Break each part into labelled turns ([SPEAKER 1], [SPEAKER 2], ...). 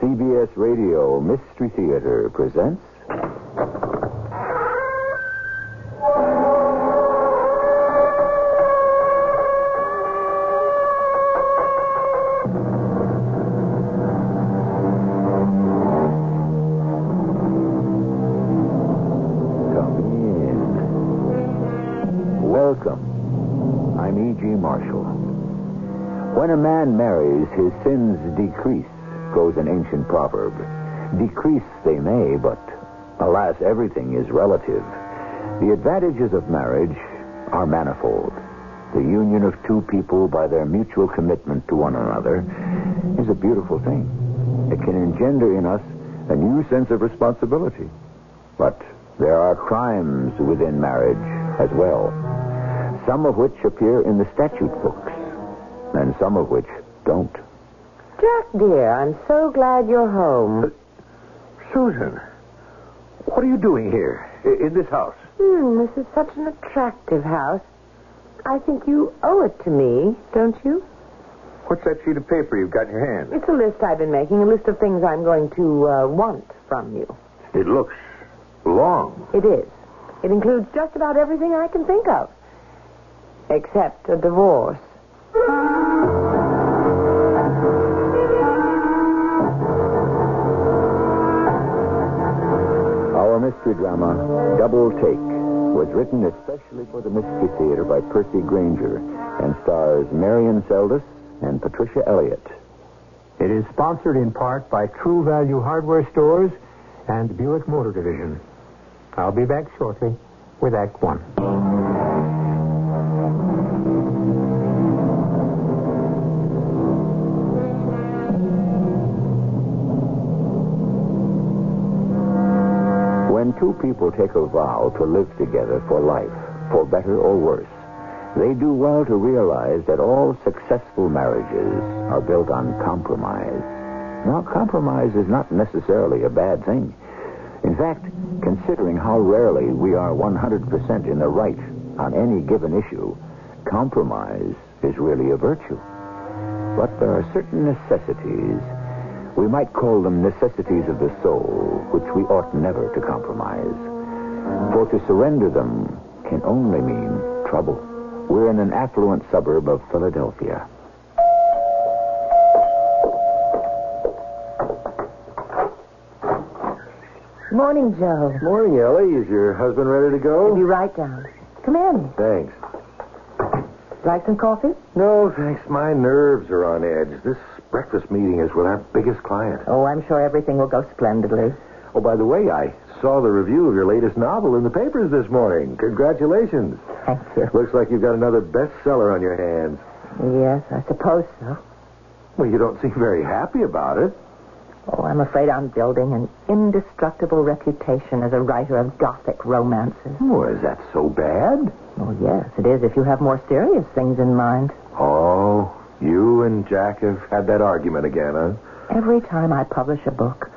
[SPEAKER 1] CBS Radio Mystery Theater presents. Come in. Welcome. I'm E.G. Marshall. When a man marries, his sins decrease, goes an ancient proverb. Decrease they may, but alas, everything is relative. The advantages of marriage are manifold. The union of two people by their mutual commitment to one another is a beautiful thing. It can engender in us a new sense of responsibility. But there are crimes within marriage as well, some of which appear in the statute books, and some of which don't.
[SPEAKER 2] Jack, dear, I'm so glad you're home.
[SPEAKER 3] Susan, what are you doing here i- in this house?
[SPEAKER 2] Hmm, this is such an attractive house. I think you owe it to me, don't you?
[SPEAKER 3] What's that sheet of paper you've got in your hand?
[SPEAKER 2] It's a list I've been making, a list of things I'm going to uh, want from you.
[SPEAKER 3] It looks long.
[SPEAKER 2] It is. It includes just about everything I can think of, except a divorce.
[SPEAKER 1] Our mystery drama, Double Take, was written especially for the Mystery Theater by Percy Granger and stars Marion Seldes and Patricia Elliott.
[SPEAKER 4] It is sponsored in part by True Value Hardware Stores and Buick Motor Division. I'll be back shortly with Act One.
[SPEAKER 1] When two people take a vow to live together for life, for better or worse, they do well to realize that all successful marriages are built on compromise. Now, compromise is not necessarily a bad thing. In fact, considering how rarely we are 100% in the right on any given issue, compromise is really a virtue. But there are certain necessities, we might call them necessities of the soul, which we ought never to compromise. For to surrender them can only mean trouble. We're in an affluent suburb of Philadelphia.
[SPEAKER 2] Morning, Joe.
[SPEAKER 3] Morning, Ellie. Is your husband ready to
[SPEAKER 2] You'll be
[SPEAKER 3] go?
[SPEAKER 2] right down. Come in.
[SPEAKER 3] Thanks.
[SPEAKER 2] Like some coffee?
[SPEAKER 3] No, thanks. My nerves are on edge. This breakfast meeting is with our biggest client.
[SPEAKER 2] Oh, I'm sure everything will go splendidly.
[SPEAKER 3] Oh, by the way, I saw the review of your latest novel in the papers this morning. Congratulations.
[SPEAKER 2] Thank you.
[SPEAKER 3] Looks like you've got another bestseller on your hands.
[SPEAKER 2] Yes, I suppose so.
[SPEAKER 3] Well, you don't seem very happy about it.
[SPEAKER 2] Oh, I'm afraid I'm building an indestructible reputation as a writer of gothic romances.
[SPEAKER 3] Oh, is that so bad?
[SPEAKER 2] Oh, yes, it is if you have more serious things in mind.
[SPEAKER 3] Oh, you and Jack have had that argument again, huh?
[SPEAKER 2] Every time I publish a book,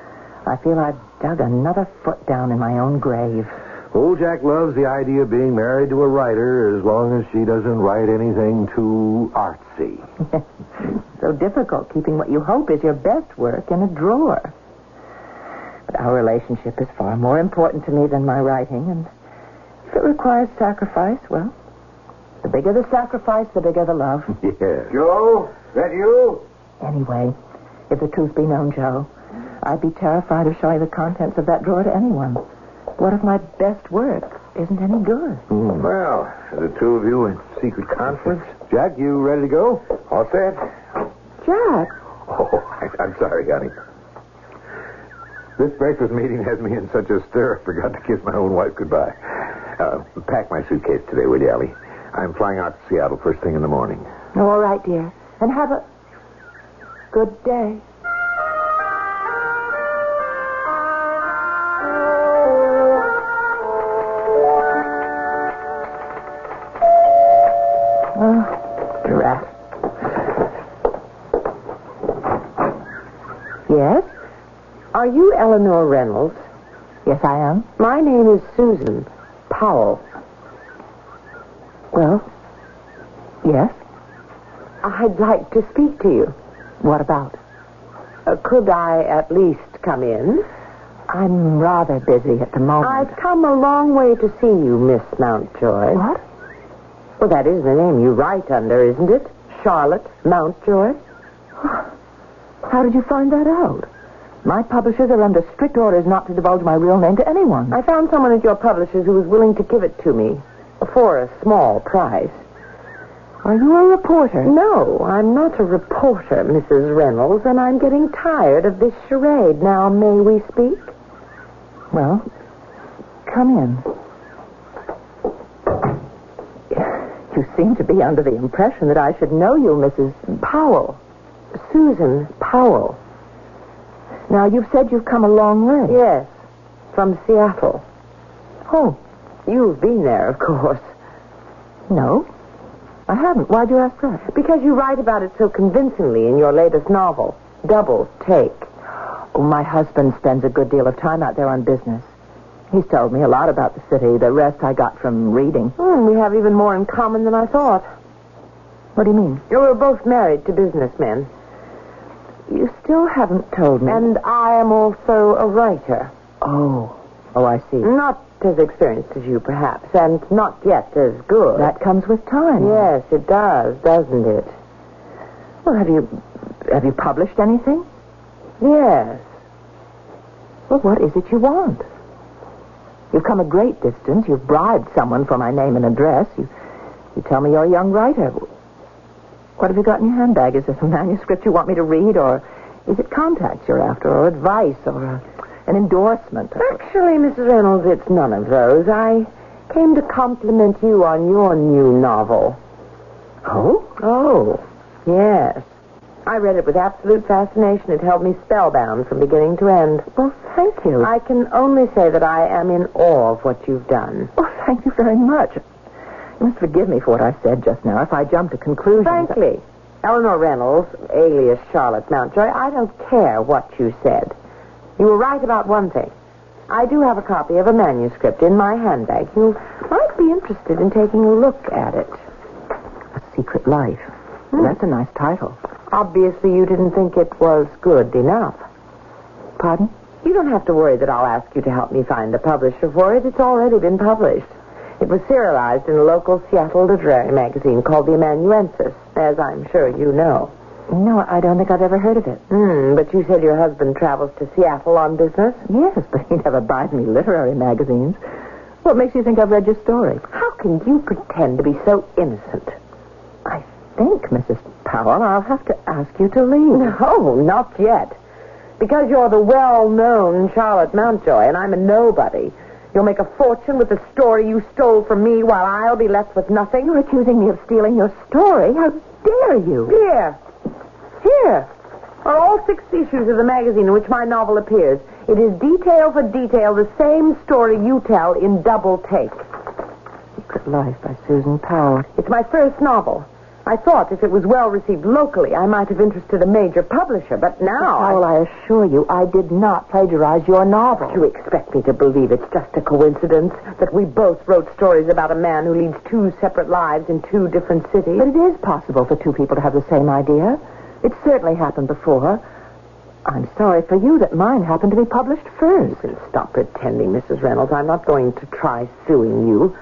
[SPEAKER 2] I feel I've dug another foot down in my own grave.
[SPEAKER 3] Old Jack loves the idea of being married to a writer as long as she doesn't write anything too artsy.
[SPEAKER 2] So difficult keeping what you hope is your best work in a drawer. But our relationship is far more important to me than my writing, and if it requires sacrifice, well, the bigger the sacrifice, the bigger the love.
[SPEAKER 3] Yeah.
[SPEAKER 4] Joe, that you?
[SPEAKER 2] Anyway, if the truth be known, Joe, I'd be terrified of showing the contents of that drawer to anyone. What if my best work isn't any good?
[SPEAKER 3] Hmm. Well, the two of you in secret conference. Jack, you ready to go? All set.
[SPEAKER 2] Jack,
[SPEAKER 3] Oh, I, I'm sorry, honey. This breakfast meeting has me in such a stir, I forgot to kiss my own wife goodbye. Uh, pack my suitcase today, will you, Ellie? I'm flying out to Seattle first thing in the morning.
[SPEAKER 2] all right, dear. And have a good day. Oh, brat. Yes? Are you Eleanor Reynolds? Yes, I am. My name is Susan Powell. Well, yes? I'd like to speak to you. What about? Uh, could I at least come in?
[SPEAKER 5] I'm rather busy at the moment.
[SPEAKER 2] I've come a long way to see you, Miss Mountjoy.
[SPEAKER 5] What?
[SPEAKER 2] Well, that is the name you write under, isn't it? Charlotte Mountjoy?
[SPEAKER 5] How did you find that out? My publishers are under strict orders not to divulge my real name to anyone.
[SPEAKER 2] I found someone at your publisher's who was willing to give it to me for a small price.
[SPEAKER 5] Are you a reporter?
[SPEAKER 2] No, I'm not a reporter, Mrs. Reynolds, and I'm getting tired of this charade. Now, may we speak?
[SPEAKER 5] Well, come in. You seem to be under the impression that I should know you, Mrs. Powell.
[SPEAKER 2] Susan Powell.
[SPEAKER 5] Now, you've said you've come a long way.
[SPEAKER 2] Yes, from Seattle.
[SPEAKER 5] Oh,
[SPEAKER 2] You've been there, of course.
[SPEAKER 5] no. I haven't. Why'd you ask that?
[SPEAKER 2] Because you write about it so convincingly in your latest novel, Double Take.
[SPEAKER 5] Oh, my husband spends a good deal of time out there on business. He's told me a lot about the city. The rest I got from reading.
[SPEAKER 2] Hmm, we have even more in common than I thought.
[SPEAKER 5] What do you mean?
[SPEAKER 2] You were both married to businessmen,
[SPEAKER 5] You still haven't told me.
[SPEAKER 2] and I am also a writer.
[SPEAKER 5] oh, oh, I see.
[SPEAKER 2] Not as experienced as you, perhaps, and not yet as good.
[SPEAKER 5] That comes with time.
[SPEAKER 2] Yes, it does, doesn't it?
[SPEAKER 5] Well, have you have you published anything?
[SPEAKER 2] Yes.
[SPEAKER 5] Well, what is it you want? You've come a great distance. You've bribed someone for my name and address. You you tell me you're a young writer. What have you got in your handbag? Is this a manuscript you want me to read, or is it contacts you're after, or advice, or uh an endorsement?
[SPEAKER 2] Actually, Mrs. Reynolds, it's none of those. I came to compliment you on your new novel.
[SPEAKER 5] Oh,
[SPEAKER 2] Oh, yes. I read it with absolute fascination. It held me spellbound from beginning to end.
[SPEAKER 5] well, thank you.
[SPEAKER 2] I can only say that I am in awe of what you've done.
[SPEAKER 5] Well, Oh, thank you very much. You must forgive me for what I said just now. If I jumped to conclusions.
[SPEAKER 2] Frankly, Eleanor Reynolds, alias Charlotte Mountjoy, I don't care what you said. You were right about one thing. I do have a copy of a manuscript in my handbag. You might be interested in taking a look at it.
[SPEAKER 5] A Secret Life. That's a nice title.
[SPEAKER 2] Hmm. Obviously, you didn't think it was good enough.
[SPEAKER 5] Pardon?
[SPEAKER 2] You don't have to worry that I'll ask you to help me find the publisher for it. It's already been published. It was serialized in a local Seattle literary magazine called The Amanuensis, as I'm sure you know.
[SPEAKER 5] No, I don't think I've ever heard of it.
[SPEAKER 2] Hmm, but you said your husband travels to Seattle on business?
[SPEAKER 5] Yes, but he never buys me literary magazines. What makes you think I've read your story?
[SPEAKER 2] How can you pretend to be so innocent?
[SPEAKER 5] I think, Mrs. Powell, I'll have to ask you to leave.
[SPEAKER 2] No, not yet. Because you're the well-known Charlotte Mountjoy, and I'm a nobody. You'll make a fortune with the story you stole from me while I'll be left with nothing.
[SPEAKER 5] You're accusing me of stealing your story? How dare you?
[SPEAKER 2] Here. Here are all six issues of the magazine in which my novel appears. It is detail for detail the same story you tell in double take.
[SPEAKER 5] Secret Life by Susan Powell.
[SPEAKER 2] It's my first novel. I thought if it was well received locally, I might have interested a major publisher, but now. I-
[SPEAKER 5] Powell, I assure you, I did not plagiarize your novel.
[SPEAKER 2] You expect me to believe it's just a coincidence that we both wrote stories about a man who leads two separate lives in two different cities?
[SPEAKER 5] But it is possible for two people to have the same idea. It certainly happened before. I'm sorry for you that mine happened to be published first.
[SPEAKER 2] And stop pretending, Mrs. Reynolds. I'm not going to try suing you.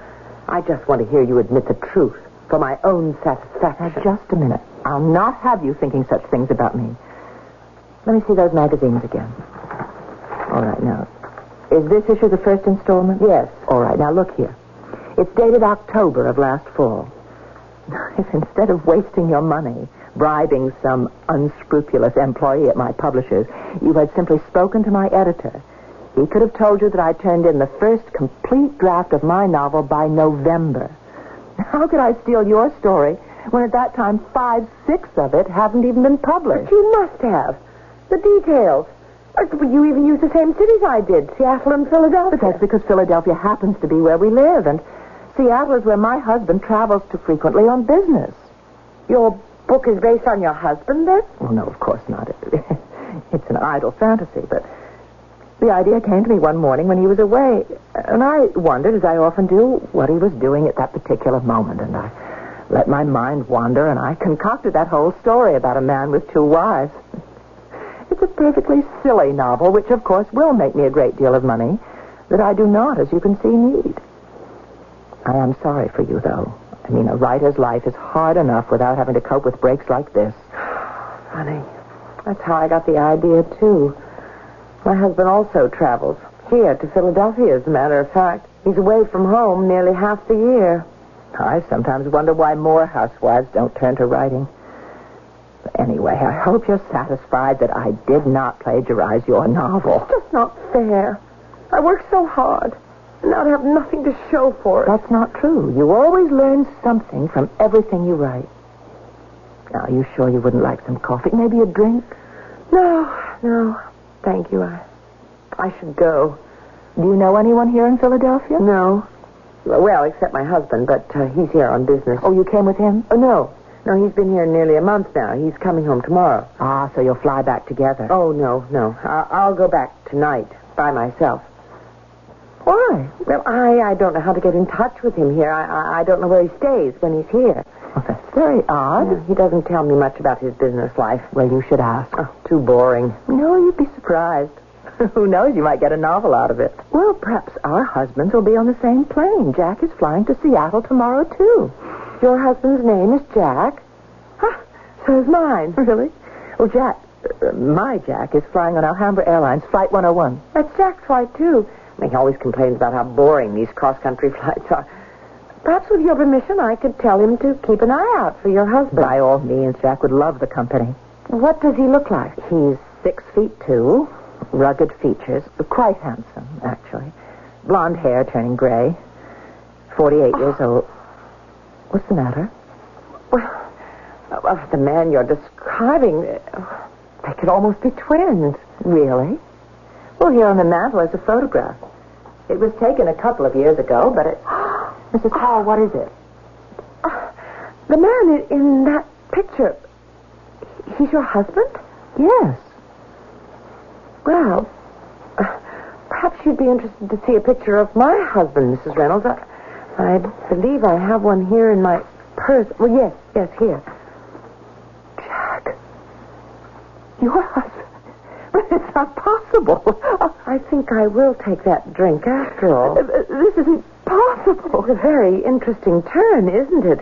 [SPEAKER 2] I just want to hear you admit the truth for my own
[SPEAKER 5] Now,
[SPEAKER 2] satisfaction.
[SPEAKER 5] just a minute. I'll not have you thinking such things about me. Let me see those magazines again. All right, now. Is this issue the first installment?
[SPEAKER 2] Yes.
[SPEAKER 5] All right, now look here. It's dated October of last fall. If instead of wasting your money bribing some unscrupulous employee at my publisher's, you had simply spoken to my editor, he could have told you that I turned in the first complete draft of my novel by November. How could I steal your story when at that time five sixths of it haven't even been published?
[SPEAKER 2] You must have. The details. Or You even used the same cities I did, Seattle and Philadelphia.
[SPEAKER 5] But that's because Philadelphia happens to be where we live, and Seattle is where my husband travels to frequently on business.
[SPEAKER 2] Your book is based on your husband, then?
[SPEAKER 5] Well, no, of course not. It's an idle fantasy, but the idea came to me one morning when he was away, and I wondered, as I often do, what he was doing at that particular moment, and I let my mind wander, and I concocted that whole story about a man with two wives.
[SPEAKER 6] It's a perfectly silly novel, which of course will make me a great deal of money, that I do not, as you can see, need. I am sorry for you, though. I mean, a writer's life is hard enough without having to cope with breaks like this.
[SPEAKER 2] Funny. That's how I got the idea, too. My husband also travels. Here to Philadelphia, as a matter of fact. He's away from home nearly half the year.
[SPEAKER 6] I sometimes wonder why more housewives don't turn to writing. But anyway, I hope you're satisfied that I did not plagiarize your novel.
[SPEAKER 2] Just not fair. I worked so hard, and now to have nothing to show for it.
[SPEAKER 6] That's not true. You always learn something from everything you write. Now, are you sure you wouldn't like some coffee? Maybe a drink?
[SPEAKER 2] No, no. Thank you. I, I should go.
[SPEAKER 6] Do you know anyone here in Philadelphia?
[SPEAKER 2] No. Well, except my husband, but uh, he's here on business.
[SPEAKER 6] Oh, you came with him?
[SPEAKER 2] Oh, no. No, he's been here nearly a month now. He's coming home tomorrow.
[SPEAKER 6] Ah, so you'll fly back together.
[SPEAKER 2] Oh, no, no. I- I'll go back tonight by myself.
[SPEAKER 6] why?
[SPEAKER 2] Well, I, I don't know how to get in touch with him here. I, I, I don't know where he stays when he's here.
[SPEAKER 6] Well, Oh, that's very odd.
[SPEAKER 2] Yeah, He doesn't tell me much about his business life.
[SPEAKER 6] Well, you should ask.
[SPEAKER 2] Oh, too boring.
[SPEAKER 6] No, you'd be surprised. Who knows? You might get a novel out of it. Well, perhaps our husbands will be on the same plane. Jack is flying to Seattle tomorrow, too.
[SPEAKER 2] Your husband's name is Jack.
[SPEAKER 6] Huh, so is mine. Really? Well, Jack, uh, my Jack is flying on Alhambra Airlines, Flight 101.
[SPEAKER 2] That's Jack's flight, too. I mean, he always complains about how boring these cross-country flights are. Perhaps with your permission, I could tell him to keep an eye out for your husband.
[SPEAKER 6] By all means, Jack would love the company.
[SPEAKER 2] What does he look like?
[SPEAKER 6] He's six feet two, rugged features, quite handsome, actually. Blonde hair turning gray, 48 years
[SPEAKER 2] Oh.
[SPEAKER 6] old. What's the matter?
[SPEAKER 2] Well, of the man you're describing, uh, they could almost be twins.
[SPEAKER 6] Really?
[SPEAKER 2] Well, here on the mantel is a photograph. It was taken a couple of years ago, but it.
[SPEAKER 6] Mrs. Hall, what is it?
[SPEAKER 2] The man in, in that picture, he- he's your husband?
[SPEAKER 6] Yes.
[SPEAKER 2] Well, uh, perhaps you'd be interested to see a picture of my husband, Mrs. Reynolds. I, I believe I have one here in my purse. Well, yes, yes, here.
[SPEAKER 6] Jack. Your husband. But it's not possible.
[SPEAKER 2] Oh, I think I will take that drink after all.
[SPEAKER 6] Uh, This isn't possible.
[SPEAKER 2] It's a very interesting turn, isn't it?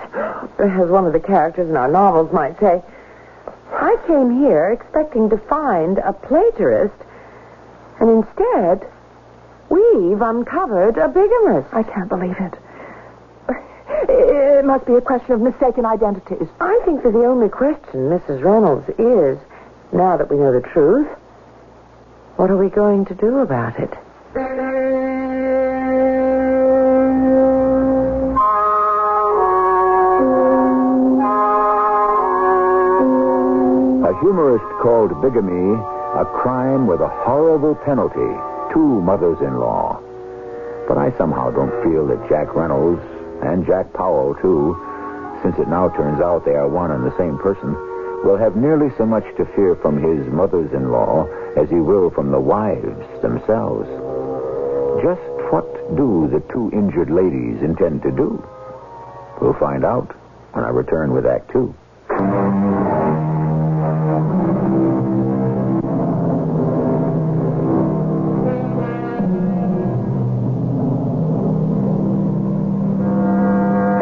[SPEAKER 2] As one of the characters in our novels might say, I came here expecting to find a plagiarist, and instead, we've uncovered a bigamist.
[SPEAKER 6] I can't believe it. It must be a question of mistaken identities.
[SPEAKER 2] I think that the only question, Mrs. Reynolds, is now that we know the truth, what are we going to do about it?
[SPEAKER 1] A humorist called bigamy a crime with a horrible penalty. Two mothers in law. But I somehow don't feel that Jack Reynolds and Jack Powell, too, since it now turns out they are one and the same person, will have nearly so much to fear from his mothers in law as he will from the wives themselves. Just what do the two injured ladies intend to do? We'll find out when I return with Act Two.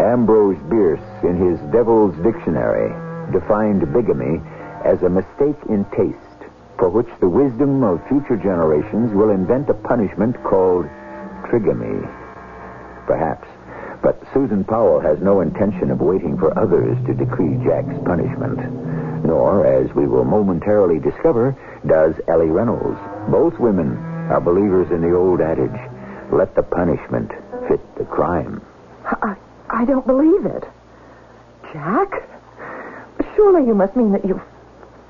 [SPEAKER 1] Ambrose Bierce, in his Devil's Dictionary, defined bigamy as a mistake in taste, for which the wisdom of future generations will invent a punishment called trigamy. Perhaps. But Susan Powell has no intention of waiting for others to decree Jack's punishment. Nor, as we will momentarily discover, does Ellie Reynolds. Both women are believers in the old adage let the punishment fit the crime.
[SPEAKER 6] I, I don't believe it. Jack? Surely you must mean that you've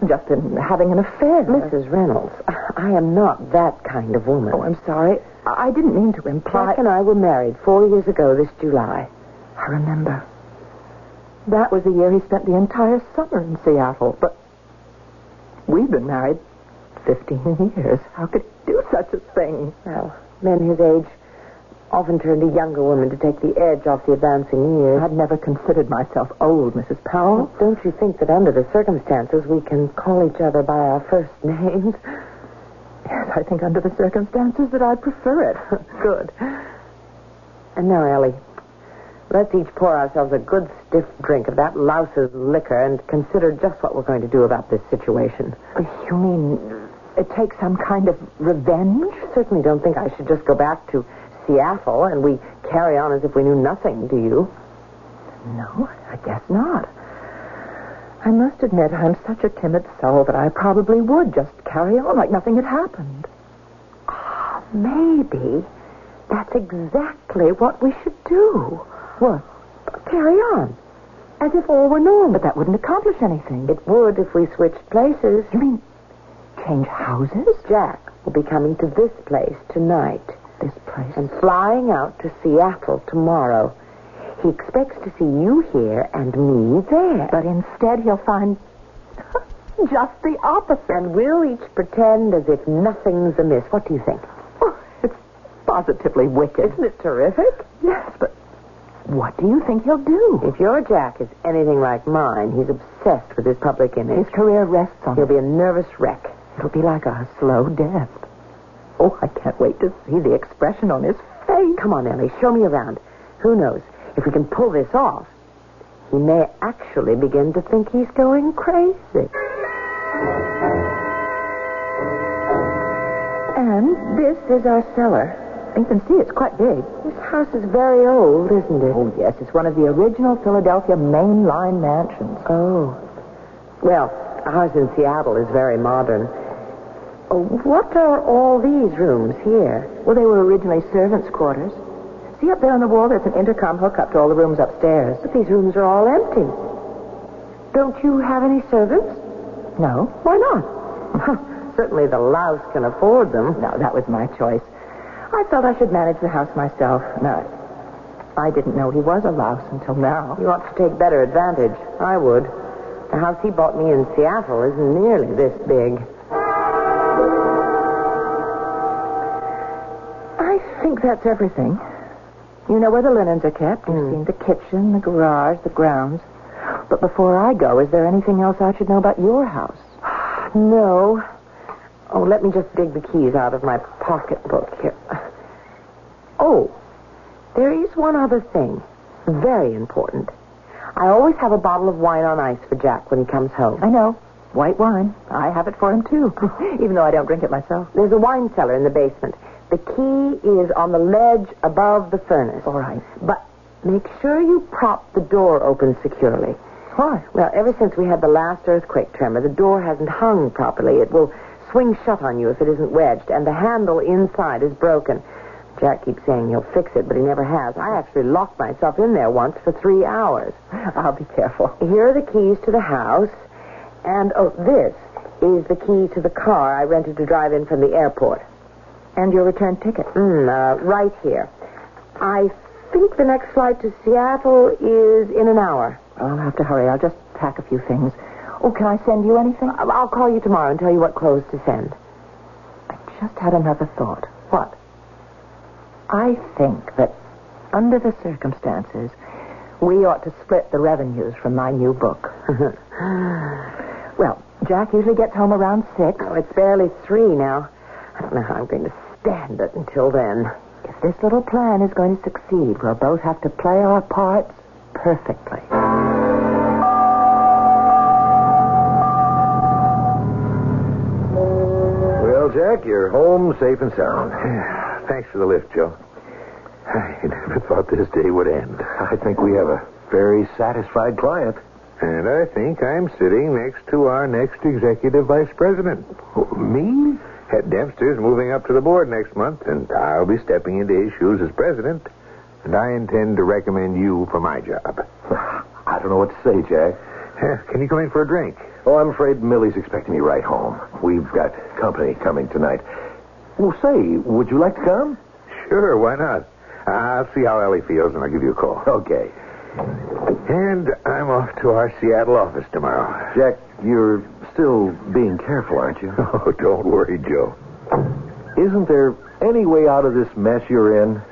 [SPEAKER 6] just been having an affair.
[SPEAKER 2] Mrs. Reynolds, I am not that kind of woman.
[SPEAKER 6] Oh, I'm sorry. I I didn't mean to imply.
[SPEAKER 2] Jack and I were married four years ago this July.
[SPEAKER 6] I remember. That was the year he spent the entire summer in Seattle. But we've been married 15 years. How could he do such a thing?
[SPEAKER 2] Well, men his age often turned to younger women to take the edge off the advancing years.
[SPEAKER 5] I'd never considered myself old, Mrs. Powell.
[SPEAKER 2] Don't you think that under the circumstances we can call each other by our first names?
[SPEAKER 5] Yes, I think under the circumstances that I'd prefer it.
[SPEAKER 2] Good. And now, Ellie, let's each pour ourselves a good stiff drink of that louse's liquor and consider just what we're going to do about this situation.
[SPEAKER 5] You mean it takes some kind of revenge?
[SPEAKER 2] Certainly don't think I should just go back to Seattle and we carry on as if we knew nothing, do you?
[SPEAKER 5] No, I guess not. I must admit, I'm such a timid soul that I probably would just carry on like nothing had happened.
[SPEAKER 2] Ah, maybe that's exactly what we should do.
[SPEAKER 5] What?
[SPEAKER 2] Carry on. As if all were normal.
[SPEAKER 5] But that wouldn't accomplish anything.
[SPEAKER 2] It would if we switched places.
[SPEAKER 5] You mean change houses?
[SPEAKER 2] Jack will be coming to this place tonight
[SPEAKER 5] This place.
[SPEAKER 2] and flying out to Seattle tomorrow. He expects to see you here and me there.
[SPEAKER 5] But instead, he'll find just the opposite.
[SPEAKER 2] and we'll each pretend as if nothing's amiss. What do you think?
[SPEAKER 5] Oh, it's positively wicked.
[SPEAKER 2] Isn't it terrific?
[SPEAKER 5] Yes, but what do you think he'll do?
[SPEAKER 2] If your Jack is anything like mine, he's obsessed with his public image.
[SPEAKER 5] His career rests on
[SPEAKER 2] He'll
[SPEAKER 5] it.
[SPEAKER 2] be a nervous wreck.
[SPEAKER 5] It'll be like a slow death. Oh, I can't wait to see the expression on his face.
[SPEAKER 2] Come on, Ellie, show me around. Who knows? If we can pull this off, he may actually begin to think he's going crazy.
[SPEAKER 5] And this is our cellar. You can see it's quite big.
[SPEAKER 2] This house is very old, isn't it?
[SPEAKER 5] Oh, yes, it's one of the original Philadelphia main line mansions.
[SPEAKER 2] Oh. Well, ours in Seattle is very modern. Oh, what are all these rooms here?
[SPEAKER 5] Well, they were originally servants' quarters. See up there on the wall, there's an intercom hookup to all the rooms upstairs.
[SPEAKER 2] But these rooms are all empty. Don't you have any servants?
[SPEAKER 5] No?
[SPEAKER 2] Why not? Certainly the louse can afford them.
[SPEAKER 5] No, that was my choice. I felt I should manage the house myself. No, I didn't know he was a louse until now.
[SPEAKER 2] You ought to take better advantage. I would. The house he bought me in Seattle isn't nearly this big.
[SPEAKER 5] I think that's everything. You know where the linens are kept. You've
[SPEAKER 2] Hmm.
[SPEAKER 5] seen the kitchen, the garage, the grounds. But before I go, is there anything else I should know about your house?
[SPEAKER 2] No. Oh, let me just dig the keys out of my pocketbook here. Oh, there is one other thing. Very important. I always have a bottle of wine on ice for Jack when he comes home.
[SPEAKER 5] I know. White wine. I have it for him, too, even though I don't drink it myself.
[SPEAKER 2] There's a wine cellar in the basement. The key is on the ledge above the furnace.
[SPEAKER 5] All right.
[SPEAKER 2] But make sure you prop the door open securely.
[SPEAKER 5] Why?
[SPEAKER 2] Well, ever since we had the last earthquake tremor, the door hasn't hung properly. It will swing shut on you if it isn't wedged, and the handle inside is broken. Jack keeps saying he'll fix it, but he never has. I actually locked myself in there once for three hours.
[SPEAKER 5] I'll be careful.
[SPEAKER 2] Here are the keys to the house, and oh, this is the key to the car I rented to drive in from the airport.
[SPEAKER 5] And your return ticket.
[SPEAKER 2] Mm, uh, right here. I think the next flight to Seattle is in an hour.
[SPEAKER 5] I'll have to hurry. I'll just pack a few things. Oh, can I send you anything?
[SPEAKER 2] I- I'll call you tomorrow and tell you what clothes to send.
[SPEAKER 5] I just had another thought. What? I think that under the circumstances, we ought to split the revenues from my new book. well, Jack usually gets home around six.
[SPEAKER 2] Oh, it's barely three now. I don't know how I'm going to stand it until then.
[SPEAKER 5] If this little plan is going to succeed, we'll both have to play our parts perfectly.
[SPEAKER 1] Well, Jack, you're home safe and sound. Thanks for the lift, Joe. I never thought this day would end. I think we have a very satisfied client. And I think I'm sitting next to our next executive vice president.
[SPEAKER 7] Oh,
[SPEAKER 1] Me? Ed Dempster's moving up to the board next month, and I'll be stepping into his shoes as president. And I intend to recommend you for my job.
[SPEAKER 7] I don't know what to say, Jack.
[SPEAKER 1] Yeah, Can you come in for a drink?
[SPEAKER 7] Oh, I'm afraid Millie's expecting me right home. We've got company coming tonight. Well, say, would you like to come?
[SPEAKER 1] Sure, why not? I'll see how Ellie feels, and I'll give you a call.
[SPEAKER 7] Okay.
[SPEAKER 1] And I'm off to our Seattle office tomorrow.
[SPEAKER 7] Jack, you're still being careful, aren't you?
[SPEAKER 1] Oh, don't worry, Joe.
[SPEAKER 7] Isn't there any way out of this mess you're in?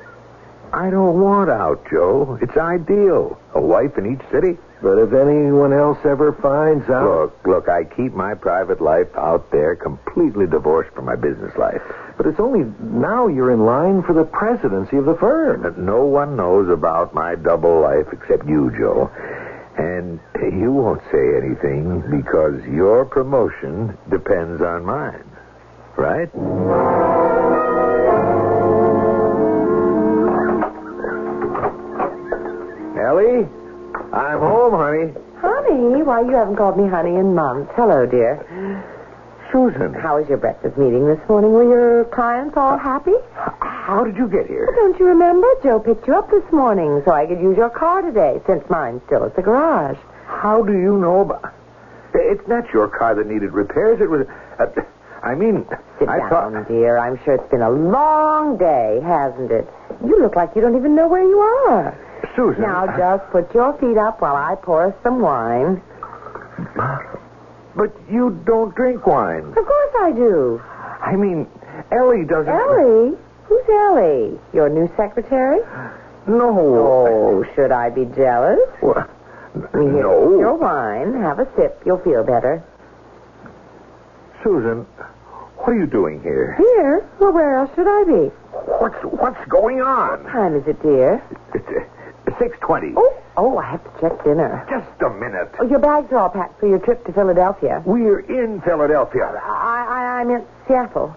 [SPEAKER 1] I don't want out, Joe. It's ideal. A wife in each city.
[SPEAKER 7] But if anyone else ever finds out.
[SPEAKER 1] Look, look, I keep my private life out there completely divorced from my business life.
[SPEAKER 7] But it's only now you're in line for the presidency of the firm.
[SPEAKER 1] But no one knows about my double life except you, Joe. And you won't say anything because your promotion depends on mine. Right? Ellie? I'm home, honey.
[SPEAKER 2] Honey, why you haven't called me honey in months. Hello, dear.
[SPEAKER 1] Susan,
[SPEAKER 2] How was your breakfast meeting this morning? Were your clients all happy?
[SPEAKER 1] how did you get here?
[SPEAKER 2] Don't you remember? Joe picked you up this morning so I could use your car today since mine's still at the garage.
[SPEAKER 1] How do you know about... It's not your car that needed repairs. It was... Uh, I mean,
[SPEAKER 2] Sit
[SPEAKER 1] I
[SPEAKER 2] down,
[SPEAKER 1] thought...
[SPEAKER 2] dear. I'm sure it's been a long day, hasn't it? You look like you don't even know where you are.
[SPEAKER 1] Susan... Uh,
[SPEAKER 2] Now just put your feet up while I pour us some wine.
[SPEAKER 1] But you don't drink wine.
[SPEAKER 2] Of course I do.
[SPEAKER 1] I mean, Ellie doesn't...
[SPEAKER 2] Ellie? Who's Ellie? Your new secretary?
[SPEAKER 1] No.
[SPEAKER 2] Oh, should I be jealous?
[SPEAKER 1] What?
[SPEAKER 2] Here, Your
[SPEAKER 1] No.
[SPEAKER 2] wine. Have a sip. You'll feel better.
[SPEAKER 1] Susan, what are you doing here?
[SPEAKER 2] Here? Well, where else should I be?
[SPEAKER 1] What's what's going
[SPEAKER 2] What
[SPEAKER 1] on?
[SPEAKER 2] time is it, dear?
[SPEAKER 1] It's uh, six twenty.
[SPEAKER 2] Oh, oh, I have to check dinner.
[SPEAKER 1] Just a minute.
[SPEAKER 2] Oh, your bags are all packed for your trip to Philadelphia.
[SPEAKER 1] We're in Philadelphia.
[SPEAKER 2] I, I, I'm in Seattle.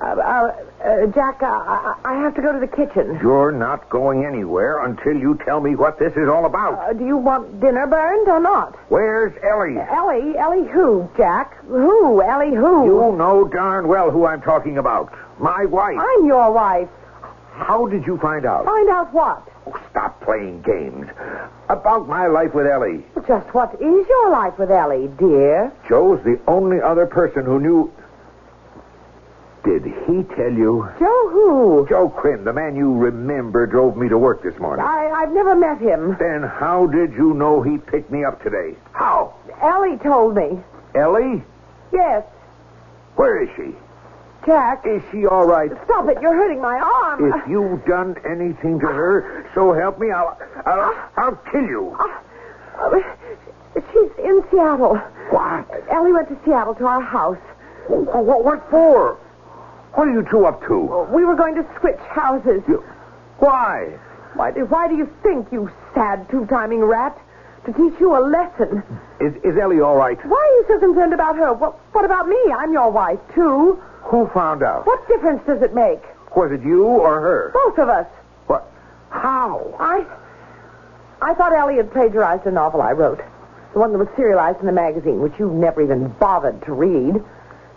[SPEAKER 2] Uh, uh, uh, Jack, uh, I, I have to go to the kitchen.
[SPEAKER 1] You're not going anywhere until you tell me what this is all about.
[SPEAKER 2] Uh, do you want dinner burned or not?
[SPEAKER 1] Where's Ellie?
[SPEAKER 2] Ellie, Ellie who, Jack? Who, Ellie who?
[SPEAKER 1] You know darn well who I'm talking about. My wife.
[SPEAKER 2] I'm your wife.
[SPEAKER 1] How did you find out?
[SPEAKER 2] Find out what?
[SPEAKER 1] Oh, stop playing games. About my life with Ellie.
[SPEAKER 2] Just what is your life with Ellie, dear?
[SPEAKER 1] Joe's the only other person who knew. Did he tell you?
[SPEAKER 2] Joe who?
[SPEAKER 1] Joe Quinn, the man you remember, drove me to work this morning.
[SPEAKER 2] I, I've never met him.
[SPEAKER 1] Then how did you know he picked me up today? How?
[SPEAKER 2] Ellie told me.
[SPEAKER 1] Ellie?
[SPEAKER 2] Yes,
[SPEAKER 1] Where is she?
[SPEAKER 2] Jack.
[SPEAKER 1] Is she all right?
[SPEAKER 2] Stop it. You're hurting my arm.
[SPEAKER 1] If you've done anything to her, so help me, I'll, I'll, I'll kill you.
[SPEAKER 2] Uh, She's in Seattle.
[SPEAKER 1] What?
[SPEAKER 2] Ellie went to Seattle to our house.
[SPEAKER 1] What, what for? What are you two up to?
[SPEAKER 2] We were going to switch houses.
[SPEAKER 1] You- Why?
[SPEAKER 2] Why, do- why do you think, you sad two-timing rat? To teach you a lesson.
[SPEAKER 1] Is, is Ellie all right?
[SPEAKER 2] Why are you so concerned about her? What, what about me? I'm your wife, too.
[SPEAKER 1] Who found out?
[SPEAKER 2] What difference does it make?
[SPEAKER 1] Was it you or her?
[SPEAKER 2] Both of us.
[SPEAKER 1] What? How?
[SPEAKER 2] I. I thought Ellie had plagiarized a novel I wrote. The one that was serialized in the magazine, which you never even bothered to read.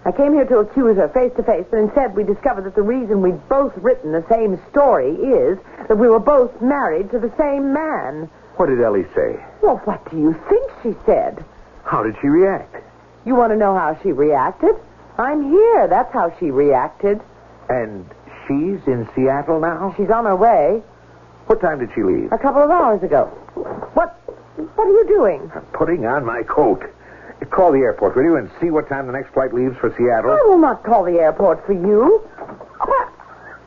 [SPEAKER 2] I came here to accuse her face to face, but instead we discovered that the reason we'd both written the same story is that we were both married to the same man.
[SPEAKER 1] What did Ellie say?
[SPEAKER 2] Well, what do you think she said?
[SPEAKER 1] How did she react?
[SPEAKER 2] You want to know how she reacted? I'm here. That's how she reacted.
[SPEAKER 1] And she's in Seattle now?
[SPEAKER 2] She's on her way
[SPEAKER 1] What time did she leave?
[SPEAKER 2] a couple of hours ago. What? What are you doing?
[SPEAKER 1] I'm putting on my coat. Call the airport, will you, and see what time the next flight leaves for
[SPEAKER 2] I
[SPEAKER 1] Seattle?
[SPEAKER 2] will not call the airport for you. Where,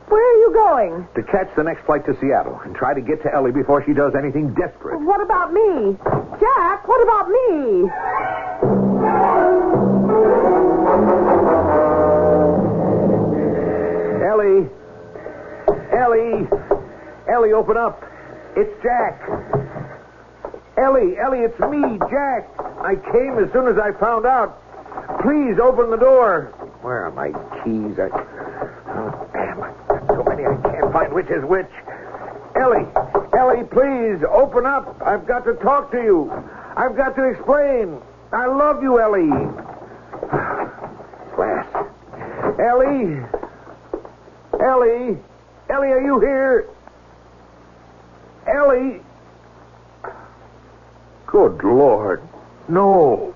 [SPEAKER 2] where are you going?
[SPEAKER 1] To catch the next flight to Seattle and try to get to Ellie before she does anything desperate.
[SPEAKER 2] What about me? Jack, what about me?
[SPEAKER 1] Ellie! Ellie! Ellie, open up. It's Jack. Ellie, Ellie, it's me, Jack. I came as soon as I found out. Please open the door. Where are my keys? I. Oh, damn. I've got so many I can't find which is which. Ellie, Ellie, please open up. I've got to talk to you. I've got to explain. I love you, Ellie. Glass. Ellie, Ellie! Ellie, are you here? Ellie! Good Lord. No.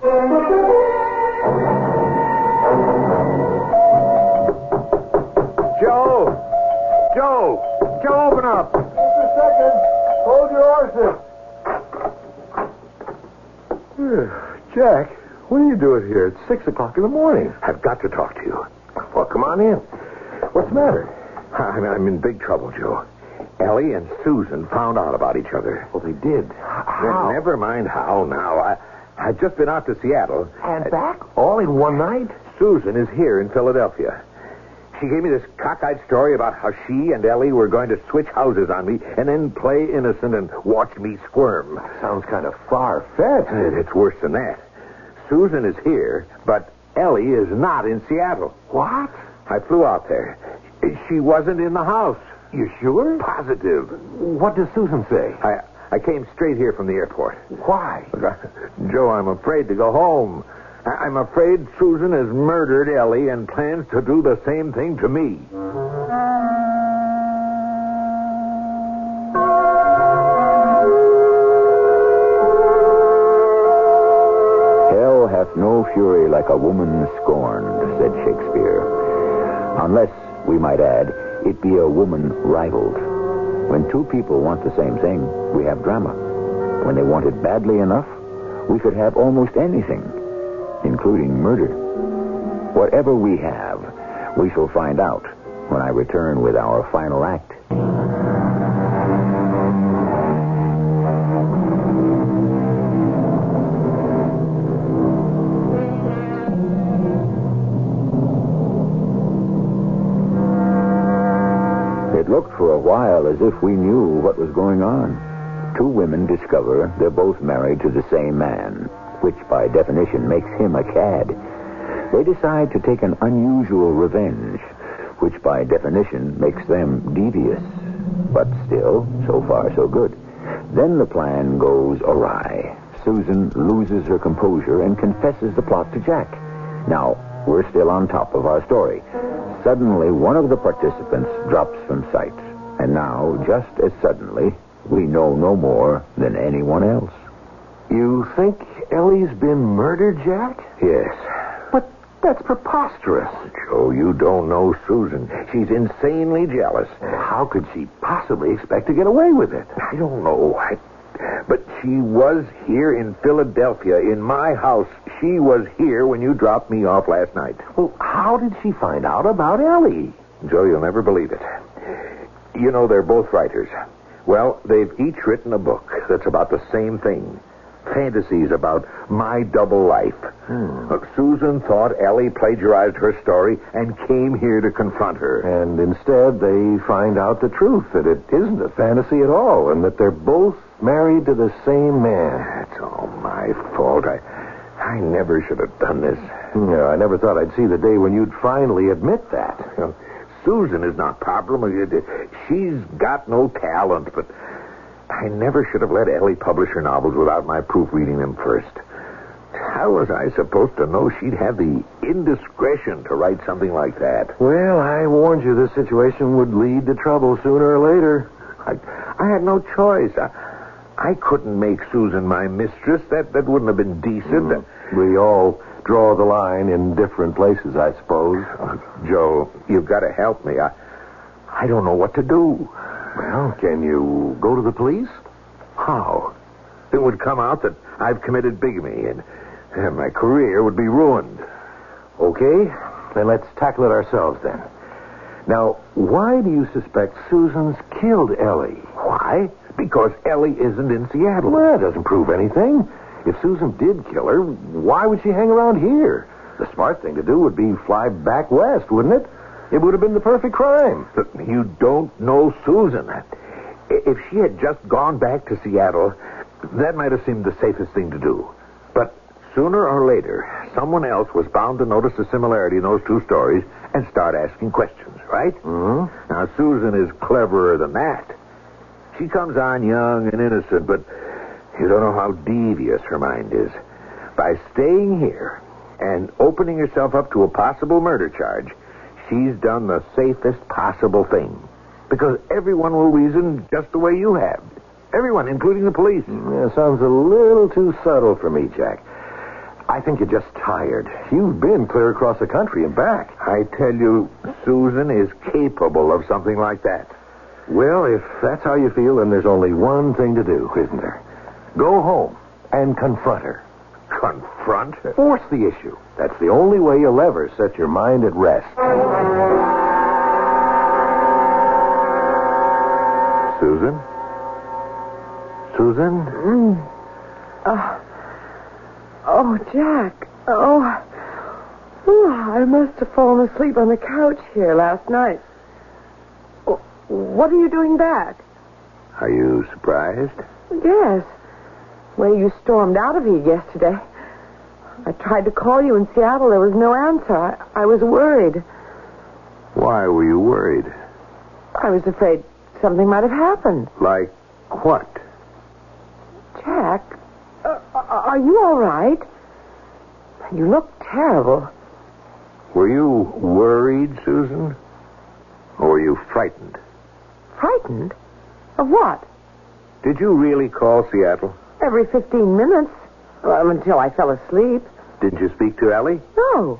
[SPEAKER 1] Joe! Joe! Joe, open up!
[SPEAKER 4] Just a second. Hold your horses.
[SPEAKER 1] Jack, what are you doing here at 6 o'clock in the morning? I've got to talk to you. Well, come on in. What's the matter? I'm, I'm in big trouble, Joe. Ellie and Susan found out about each other.
[SPEAKER 7] Well, they did.
[SPEAKER 1] Then Never mind how now. I, I've just been out to Seattle.
[SPEAKER 7] And
[SPEAKER 1] I-
[SPEAKER 7] back all in one night?
[SPEAKER 1] Susan is here in Philadelphia. She gave me this cockeyed story about how she and Ellie were going to switch houses on me and then play innocent and watch me squirm. Uh,
[SPEAKER 7] Sounds kind of far fetched.
[SPEAKER 1] It's worse than that. Susan is here, but Ellie is not in Seattle.
[SPEAKER 7] What?
[SPEAKER 1] I flew out there. She wasn't in the house.
[SPEAKER 7] You sure?
[SPEAKER 1] Positive.
[SPEAKER 7] What does Susan say?
[SPEAKER 1] I I came straight here from the airport.
[SPEAKER 7] Why?
[SPEAKER 1] Joe, I'm afraid to go home. I- I'm afraid Susan has murdered Ellie and plans to do the same thing to me.
[SPEAKER 7] Hell hath no fury like a woman scorned, said Shakespeare. Unless, we might add, it be a woman rivaled. When two people want the same thing, we have drama. When they want it badly enough, we could have almost anything, including murder. Whatever we have, we shall find out when I return with our final act. It looked for a while as if we knew what was going on. Two women discover they're both married to the same man, which by definition makes him a cad. They decide to take an unusual revenge, which by definition makes them devious. But still, so far so good. Then the plan goes awry. Susan loses her composure and confesses the plot to Jack. Now, we're still on top of our story. Suddenly, one of the participants drops from sight. And now, just as suddenly, we know no more than anyone else.
[SPEAKER 1] You think Ellie's been murdered, Jack? Yes. But that's preposterous. Joe, you don't know Susan. She's insanely jealous. How could she possibly expect to get away with it? I don't know. I... But she was here in Philadelphia, in my house. She was here when you dropped me off last night. Well, how did she find out about Ellie? Joe, you'll never believe it. You know, they're both writers. Well, they've each written a book that's about the same thing. Fantasies about my double life.
[SPEAKER 7] Hmm.
[SPEAKER 1] Look, Susan thought Ellie plagiarized her story and came here to confront her.
[SPEAKER 7] And instead, they find out the truth that it isn't a fantasy at all, and that they're both married to the same man.
[SPEAKER 1] That's all my fault. I, I never should have done this.
[SPEAKER 7] No, I never thought I'd see the day when you'd finally admit that.
[SPEAKER 1] Well, Susan is not problem. It- it- She's got no talent, but I never should have let Ellie publish her novels without my proofreading them first. How was I supposed to know she'd have the indiscretion to write something like that?
[SPEAKER 7] Well, I warned you this situation would lead to trouble sooner or later.
[SPEAKER 1] I, I had no choice. I, I couldn't make Susan my mistress. That that wouldn't have been decent.
[SPEAKER 7] Mm. We all draw the line in different places, I suppose.
[SPEAKER 1] Uh, Joe, you've got to help me. I, I don't know what to do.
[SPEAKER 7] Well, can you go to the police?
[SPEAKER 1] How? It would come out that I've committed bigamy and, and my career would be ruined.
[SPEAKER 7] Okay, then let's tackle it ourselves then. Now, why do you suspect Susan's killed Ellie?
[SPEAKER 1] Why? Because Ellie isn't in Seattle.
[SPEAKER 7] Well, that doesn't prove anything. If Susan did kill her, why would she hang around here? The smart thing to do would be fly back west, wouldn't it? It would have been the perfect crime.
[SPEAKER 1] Look, You don't know Susan. I- If she had just gone back to Seattle, that might have seemed the safest thing to do. But sooner or later, someone else was bound to notice a similarity in those two stories and start asking questions, right? Mm-hmm. Now, Susan is cleverer than that. She comes on young and innocent, but you don't know how devious her mind is. By staying here and opening herself up to a possible murder charge, she's done the safest possible thing. Because everyone will reason just the way you have. Everyone, including the police.
[SPEAKER 7] Yeah, Mm, sounds a little too subtle for me, Jack. I think you're just tired. You've been clear across the country and back.
[SPEAKER 1] I tell you, Susan is capable of something like that.
[SPEAKER 7] Well, if that's how you feel, then there's only one thing to do, isn't there? Go home and confront her.
[SPEAKER 1] Confront her.
[SPEAKER 7] Force the issue. That's the only way you'll ever set your mind at rest.
[SPEAKER 1] then?
[SPEAKER 7] Hmm?
[SPEAKER 2] Oh, Jack. Oh. Ooh, I must have fallen asleep on the couch here last night. Wh- What are you doing back?
[SPEAKER 1] Are you surprised?
[SPEAKER 2] Yes. Well, you stormed out of here yesterday. I tried to call you in Seattle. There was no answer. I, I was worried.
[SPEAKER 1] Why were you worried?
[SPEAKER 2] I was afraid something might have happened.
[SPEAKER 1] Like what?
[SPEAKER 2] Jack, uh, are you all right? You look terrible.
[SPEAKER 1] Were you worried, Susan? Or were you frightened?
[SPEAKER 2] Frightened? Of what?
[SPEAKER 1] Did you really call Seattle?
[SPEAKER 2] Every 15 minutes. Well, until I fell asleep.
[SPEAKER 1] Didn't you speak to Ellie?
[SPEAKER 2] No.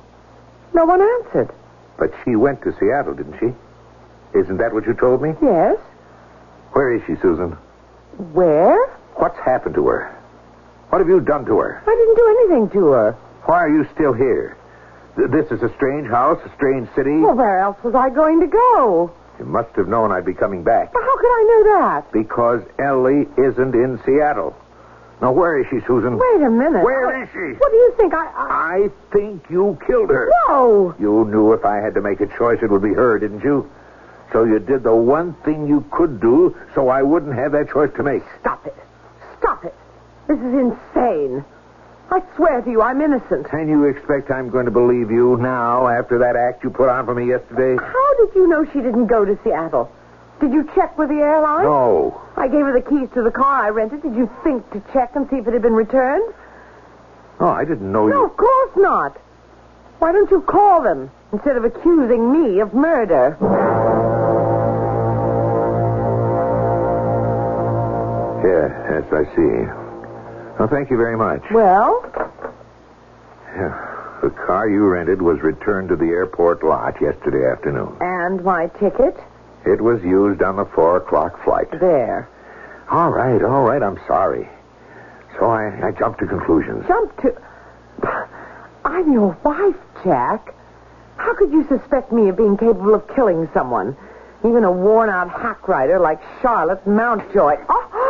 [SPEAKER 2] No one answered.
[SPEAKER 1] But she went to Seattle, didn't she? Isn't that what you told me?
[SPEAKER 2] Yes.
[SPEAKER 1] Where is she, Susan?
[SPEAKER 2] Where?
[SPEAKER 1] What's happened to her? What have you done to her?
[SPEAKER 2] I didn't do anything to her.
[SPEAKER 1] Why are you still here? Th- this is a strange house, a strange city.
[SPEAKER 2] Well, where else was I going to go?
[SPEAKER 1] You must have known I'd be coming back.
[SPEAKER 2] But How could I know that?
[SPEAKER 1] Because Ellie isn't in Seattle. Now, where is she, Susan?
[SPEAKER 2] Wait a minute.
[SPEAKER 1] Where
[SPEAKER 2] I-
[SPEAKER 1] is she?
[SPEAKER 2] What do you think? I. I...
[SPEAKER 1] I think you killed her.
[SPEAKER 2] No!
[SPEAKER 1] You knew if I had to make a choice, it would be her, didn't you? So you did the one thing you could do so I wouldn't have that choice to make.
[SPEAKER 2] Stop it. Stop it. This is insane. I swear to you, I'm innocent.
[SPEAKER 1] Can you expect I'm going to believe you now after that act you put on for me yesterday?
[SPEAKER 2] How did you know she didn't go to Seattle? Did you check with the airline?
[SPEAKER 1] No.
[SPEAKER 2] I gave her the keys to the car I rented. Did you think to check and see if it had been returned?
[SPEAKER 1] No, Oh, I didn't know
[SPEAKER 2] No,
[SPEAKER 1] you.
[SPEAKER 2] of course not. Why don't you call them instead of accusing me of murder?
[SPEAKER 1] Yeah, yes, I see. Well, thank you very much.
[SPEAKER 2] Well,
[SPEAKER 1] The car you rented was returned to the airport lot yesterday afternoon.
[SPEAKER 2] and my ticket?
[SPEAKER 1] It was used on the four o'clock flight.
[SPEAKER 2] There.
[SPEAKER 1] All right, all right, I'm sorry. So I, I jumped to conclusions.
[SPEAKER 2] Jump to. I'm your wife, Jack. How could you suspect me of being capable of killing someone? Even a worn out hack rider like Charlotte Mountjoy.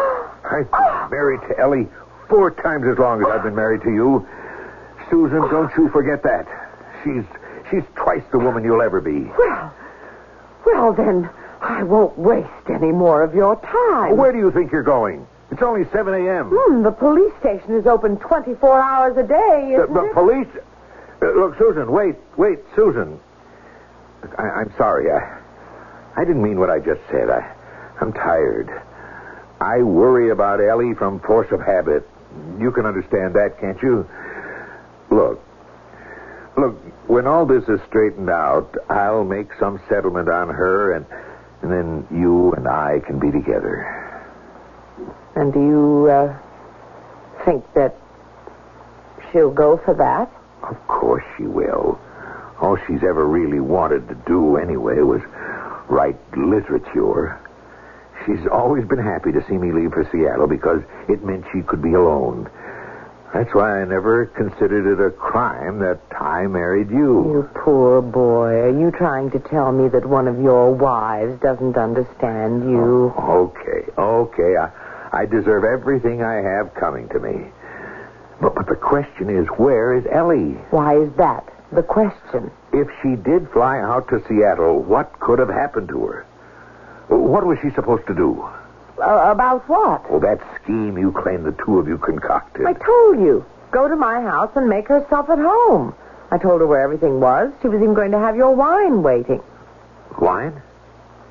[SPEAKER 2] Oh,
[SPEAKER 1] I've been married to Ellie four times as long as I've been married to you. Susan, don't you forget that. She's she's twice the woman you'll ever be.
[SPEAKER 2] well, well then, I won't waste any more of your time.
[SPEAKER 1] Where do you think you're going? It's only 7 a.m.
[SPEAKER 2] Hmm, the police station is open 24 hours a day.
[SPEAKER 1] The,
[SPEAKER 2] Isn't
[SPEAKER 1] the
[SPEAKER 2] it?
[SPEAKER 1] police. Uh, look, Susan, wait, wait, Susan. Look, I, I'm sorry. I, I didn't mean what I just said. I, I'm tired. I worry about Ellie from force of habit. You can understand that, can't you? Look. Look, when all this is straightened out, I'll make some settlement on her, and, and then you and I can be together.
[SPEAKER 2] And do you uh, think that she'll go for that?
[SPEAKER 1] Of course she will. All she's ever really wanted to do, anyway, was write literature. She's always been happy to see me leave for Seattle because it meant she could be alone. That's why I never considered it a crime that I married you.
[SPEAKER 2] You poor boy. Are you trying to tell me that one of your wives doesn't understand you?
[SPEAKER 1] Okay, okay. I, I deserve everything I have coming to me. But, but the question is, where is Ellie?
[SPEAKER 2] Why is that the question?
[SPEAKER 1] If she did fly out to Seattle, what could have happened to her? What was she supposed to do?
[SPEAKER 2] Uh, about what?
[SPEAKER 1] Oh, that scheme you claim the two of you concocted.
[SPEAKER 2] I told you. Go to my house and make herself at home. I told her where everything was. She was even going to have your wine waiting.
[SPEAKER 1] Wine?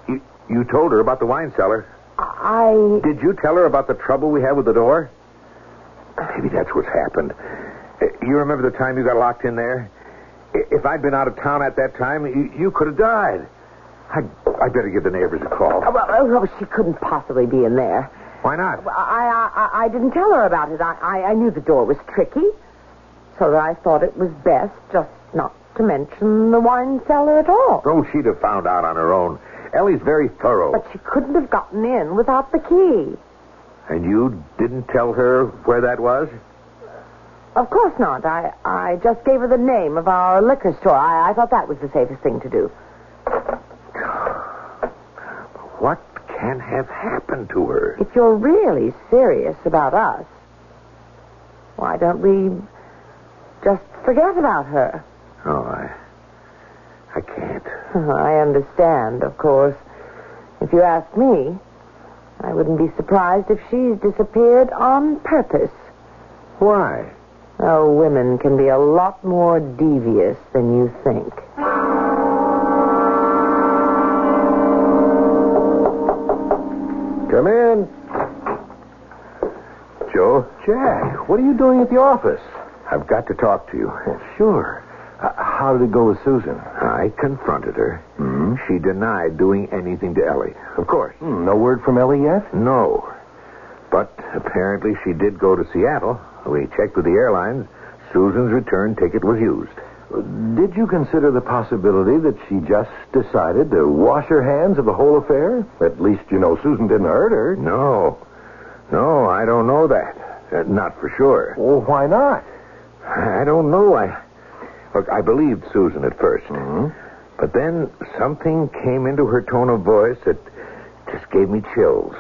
[SPEAKER 1] You, you told her about the wine cellar.
[SPEAKER 2] I.
[SPEAKER 1] Did you tell her about the trouble we had with the door? Maybe that's what's happened. Uh, You remember the time you got locked in there? I- If I'd been out of town at that time, you, you could have died. I, I better give the neighbors a call.
[SPEAKER 2] Oh, well, oh, she couldn't possibly be in there.
[SPEAKER 1] Why not?
[SPEAKER 2] I, I, I- I didn't tell her about it. I, I, I knew the door was tricky, so that I thought it was best just not to mention the wine cellar at all.
[SPEAKER 1] Oh, she'd have found out on her own. Ellie's very thorough.
[SPEAKER 2] But she couldn't have gotten in without the key.
[SPEAKER 1] And you didn't tell her where that was?
[SPEAKER 2] Of course not. I, I just gave her the name of our liquor store. I, I thought that was the safest thing to do.
[SPEAKER 1] What can have happened to her?
[SPEAKER 2] If you're really serious about us, why don't we just forget about her?
[SPEAKER 1] Oh, I. I can't.
[SPEAKER 2] I understand, of course. If you ask me, I wouldn't be surprised if she's disappeared on purpose.
[SPEAKER 1] Why?
[SPEAKER 2] Oh, women can be a lot more devious than you think.
[SPEAKER 1] Come in. Joe? Jack, what are you doing at the office? I've got to talk to you. sure. Uh, how did it go with Susan? I confronted her. She denied doing anything to Ellie. Of course. Hmm, no word from Ellie yet? No. But apparently she did go to Seattle. We checked with the airlines. Susan's return ticket was used. Did you consider the possibility that she just decided to wash her hands of the whole affair? At least you know Susan didn't hurt her. No. No, I don't know that. Uh, not for sure. Well, why not? I don't know. I look, I believed Susan at 1st But then something came into her tone of voice that just gave me chills.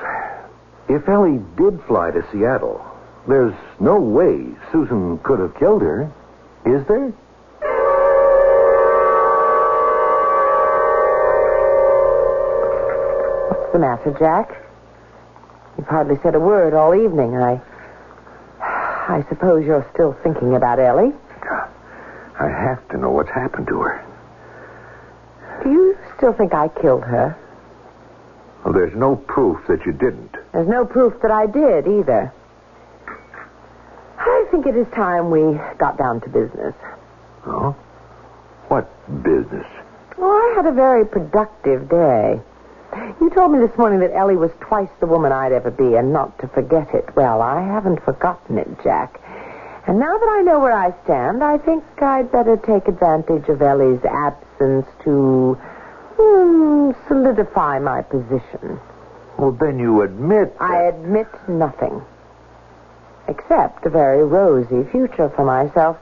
[SPEAKER 1] If Ellie did fly to Seattle, there's no way Susan could have killed her, is there?
[SPEAKER 2] What's the matter, Jack? You've hardly said a word all evening. I. I suppose you're still thinking about Ellie.
[SPEAKER 1] I have to know what's happened to her.
[SPEAKER 2] Do you still think I killed her?
[SPEAKER 1] Well, there's no proof that you didn't.
[SPEAKER 2] There's no proof that I did either. I think it is time we got down to business.
[SPEAKER 1] Oh? What business?
[SPEAKER 2] Well, Oh, I had a very productive day. You told me this morning that Ellie was twice the woman I'd ever be and not to forget it. Well, I haven't forgotten it, Jack. And now that I know where I stand, I think I'd better take advantage of Ellie's absence to hmm, solidify my position.
[SPEAKER 1] Well, then you admit.
[SPEAKER 2] I admit nothing. Except a very rosy future for myself.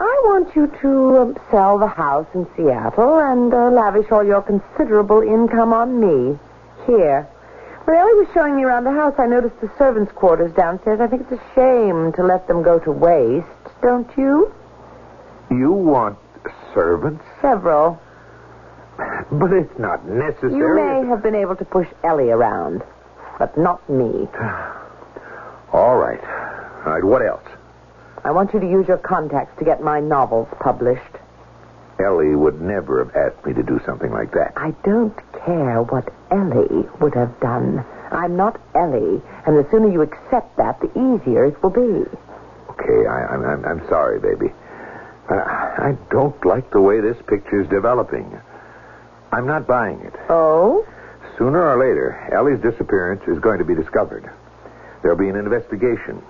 [SPEAKER 2] I want you to um, sell the house in Seattle and uh, lavish all your considerable income on me here. When Ellie was showing me around the house, I noticed the servants' quarters downstairs. I think it's a shame to let them go to waste, don't you?
[SPEAKER 1] You want servants?
[SPEAKER 2] Several.
[SPEAKER 1] But it's not necessary.
[SPEAKER 2] You may have been able to push Ellie around, but not me.
[SPEAKER 1] All right. All right, what else?
[SPEAKER 2] I want you to use your contacts to get my novels published.
[SPEAKER 1] Ellie would never have asked me to do something like that.
[SPEAKER 2] I don't care what Ellie would have done. I'm not Ellie, and the sooner you accept that, the easier it will be.
[SPEAKER 1] Okay, I, I'm, I'm, I'm sorry, baby. I, I don't like the way this picture's developing. I'm not buying it.
[SPEAKER 2] Oh?
[SPEAKER 1] Sooner or later, Ellie's disappearance is going to be discovered. There'll be an investigation.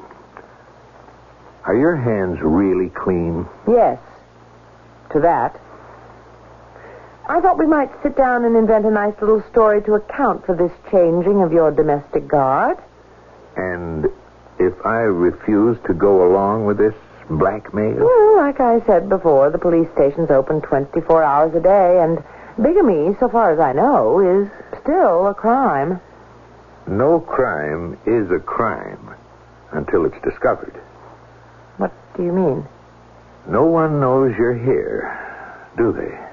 [SPEAKER 1] Are your hands really clean?
[SPEAKER 2] Yes. To that. I thought we might sit down and invent a nice little story to account for this changing of your domestic guard.
[SPEAKER 1] And if I refuse to go along with this blackmail?
[SPEAKER 2] Well, like I said before, the police station's open 24 hours a day, and bigamy, so far as I know, is still a crime.
[SPEAKER 1] No crime is a crime until it's discovered.
[SPEAKER 2] What do you mean?
[SPEAKER 1] No one knows you're here, do they?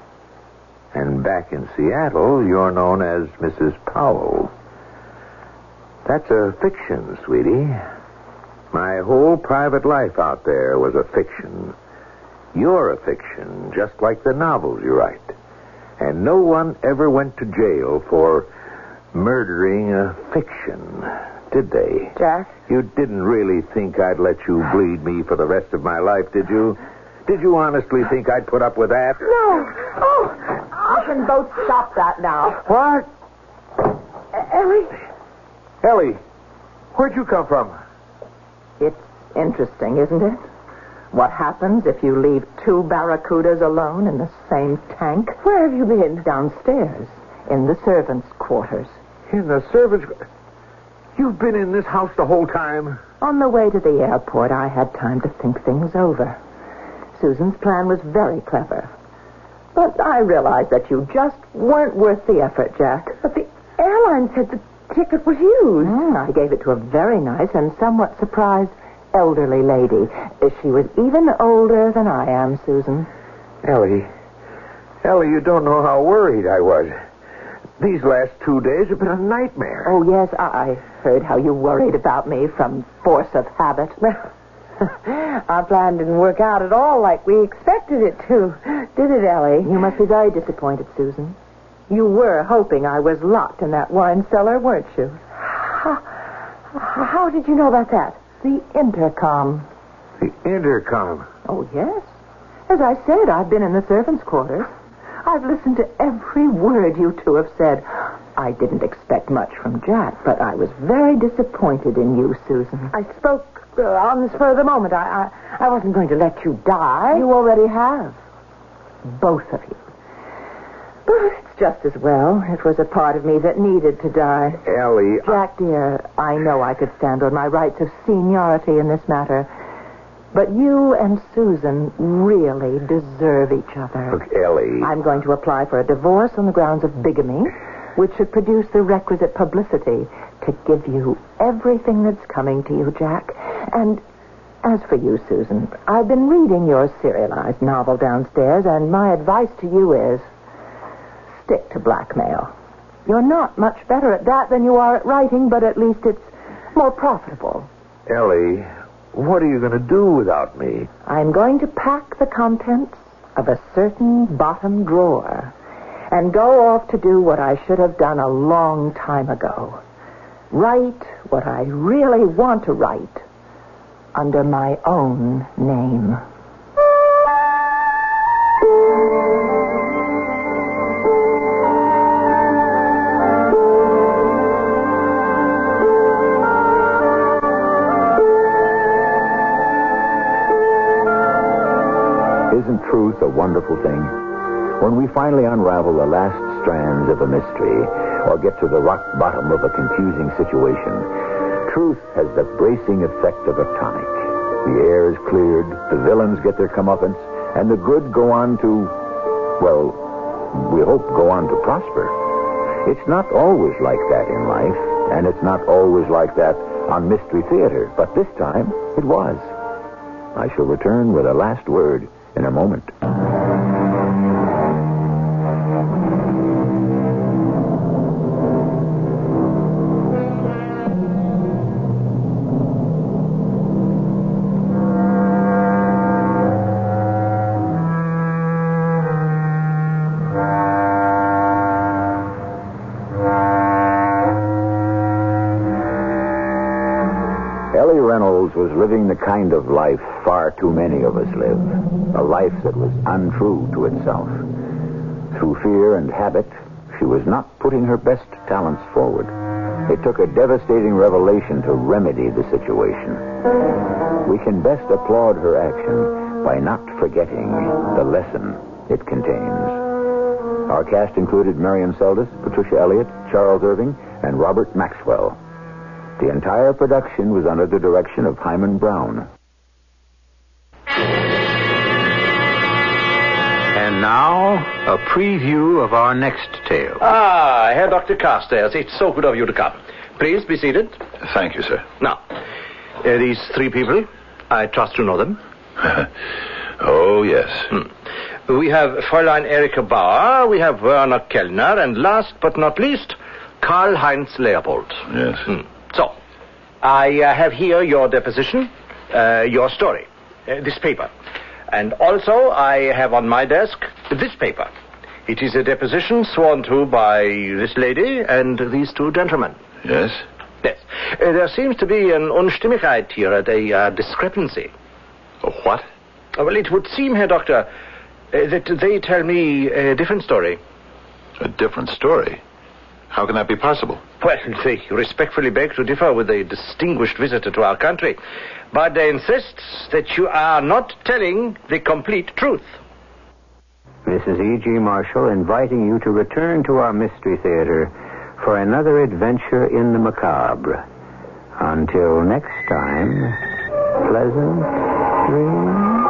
[SPEAKER 1] And back in Seattle, you're known as Mrs. Powell. That's a fiction, sweetie. My whole private life out there was a fiction. You're a fiction, just like the novels you write. And no one ever went to jail for murdering a fiction, did they?
[SPEAKER 2] Jack?
[SPEAKER 1] You didn't really think I'd let you bleed me for the rest of my life, did you? Did you honestly think I'd put up with that?
[SPEAKER 2] No. Oh, I can both stop that now.
[SPEAKER 1] What?
[SPEAKER 5] E-,
[SPEAKER 2] Ellie?
[SPEAKER 1] Ellie, where'd you come from?
[SPEAKER 5] It's interesting, isn't it? What happens if you leave two barracudas alone in the same tank? Where have you been? Downstairs, in the servants' quarters.
[SPEAKER 1] In the servants. You've been in this house the whole time.
[SPEAKER 5] On the way to the airport, I had time to think things over. Susan's plan was very clever. But I realized that you just weren't worth the effort, Jack. But the airline
[SPEAKER 2] Helen said the ticket was used. Hmm, I gave it to a very nice and somewhat surprised elderly lady. Uh, She was even older than I am, Susan.
[SPEAKER 8] Ellie. Ellie, you don't know how worried I was. These last two days have been a nightmare.
[SPEAKER 2] Oh, yes, I I heard how you worried about me from force of habit.
[SPEAKER 9] Our plan didn't work out at all like we expected it to, did it, Ellie?
[SPEAKER 2] You must be very disappointed, Susan. You were hoping I was locked in that wine cellar, weren't you?
[SPEAKER 9] How did you know about that?
[SPEAKER 2] The intercom.
[SPEAKER 8] The intercom.
[SPEAKER 2] Oh, yes. As I said, I've been in the servants' quarters. I've listened to every word you two have said. I didn't expect much from Jack, but I was very disappointed in you, Susan.
[SPEAKER 9] I spoke uh, on the spur of the moment. I, I, I wasn't going to let you die.
[SPEAKER 2] You already have. Both of you. But it's just as well. It was a part of me that needed to die.
[SPEAKER 8] Ellie. I-
[SPEAKER 2] Jack, dear, uh, I know I could stand on my rights of seniority in this matter, but you and Susan really deserve each other.
[SPEAKER 8] Look, Ellie.
[SPEAKER 1] Mm.
[SPEAKER 2] I'm going to apply for a divorce on the grounds of bigamy, which should produce the requisite publicity to give you everything that's coming to you, Jack. And as for you, Susan, I've been reading your serialized novel downstairs, and my advice to you is stick to blackmail. You're not much better at that than you are at writing, but at least it's more profitable.
[SPEAKER 8] Ellie, what are you going to do without me?
[SPEAKER 2] I'm going to pack the contents of a certain bottom drawer and go off to do what I should have done a long time ago. Write what I really want to write under my own name.
[SPEAKER 1] Isn't truth a wonderful thing? When we finally unravel the last strands of a mystery or get to the rock bottom of a confusing situation, truth has the bracing effect of a tonic. The air is cleared, the villains get their comeuppance, and the good go on to, well, we hope go on to prosper. It's not always like that in life, and it's not always like that on Mystery Theater, but this time it was. I shall return with a last word in a moment. Ellie Reynolds was living the kind of life far too many of us live, a life that was untrue to itself. Through fear and habit, she was not putting her best talents forward. It took a devastating revelation to remedy the situation. We can best applaud her action by not forgetting the lesson it contains. Our cast included Marion Seldes, Patricia Elliott, Charles Irving, and Robert Maxwell. The entire production was under the direction of Hyman Brown.
[SPEAKER 10] And now, a preview of our next tale.
[SPEAKER 11] Ah, Herr Dr. Carstairs, it's so good of you to come. Please be seated.
[SPEAKER 10] Thank you, sir.
[SPEAKER 11] Now, uh, these three people, I trust you know them.
[SPEAKER 10] Oh, yes.
[SPEAKER 11] Hmm. We have Fräulein Erika Bauer, we have Werner Kellner, and last but not least, Karl Heinz Leopold.
[SPEAKER 10] Yes.
[SPEAKER 11] Hmm. So, I uh, have here your deposition, uh, your story, uh, this paper. And also, I have on my desk this paper. It is a deposition sworn to by this lady and these two gentlemen.
[SPEAKER 10] Yes?
[SPEAKER 11] Yes. Uh, there seems to be an unstimmigkeit here, a uh, discrepancy.
[SPEAKER 10] A what?
[SPEAKER 11] Uh, well, it would seem, Herr Doctor, uh, that they tell me a different story.
[SPEAKER 10] A different story. How can that be possible?
[SPEAKER 11] Well, they respectfully beg to differ with a distinguished visitor to our country, but they insist that you are not telling the complete truth.
[SPEAKER 1] Mrs. E.G. E Marshall inviting you to return to our Mystery Theater for another adventure in the macabre. Until next time, pleasant dreams.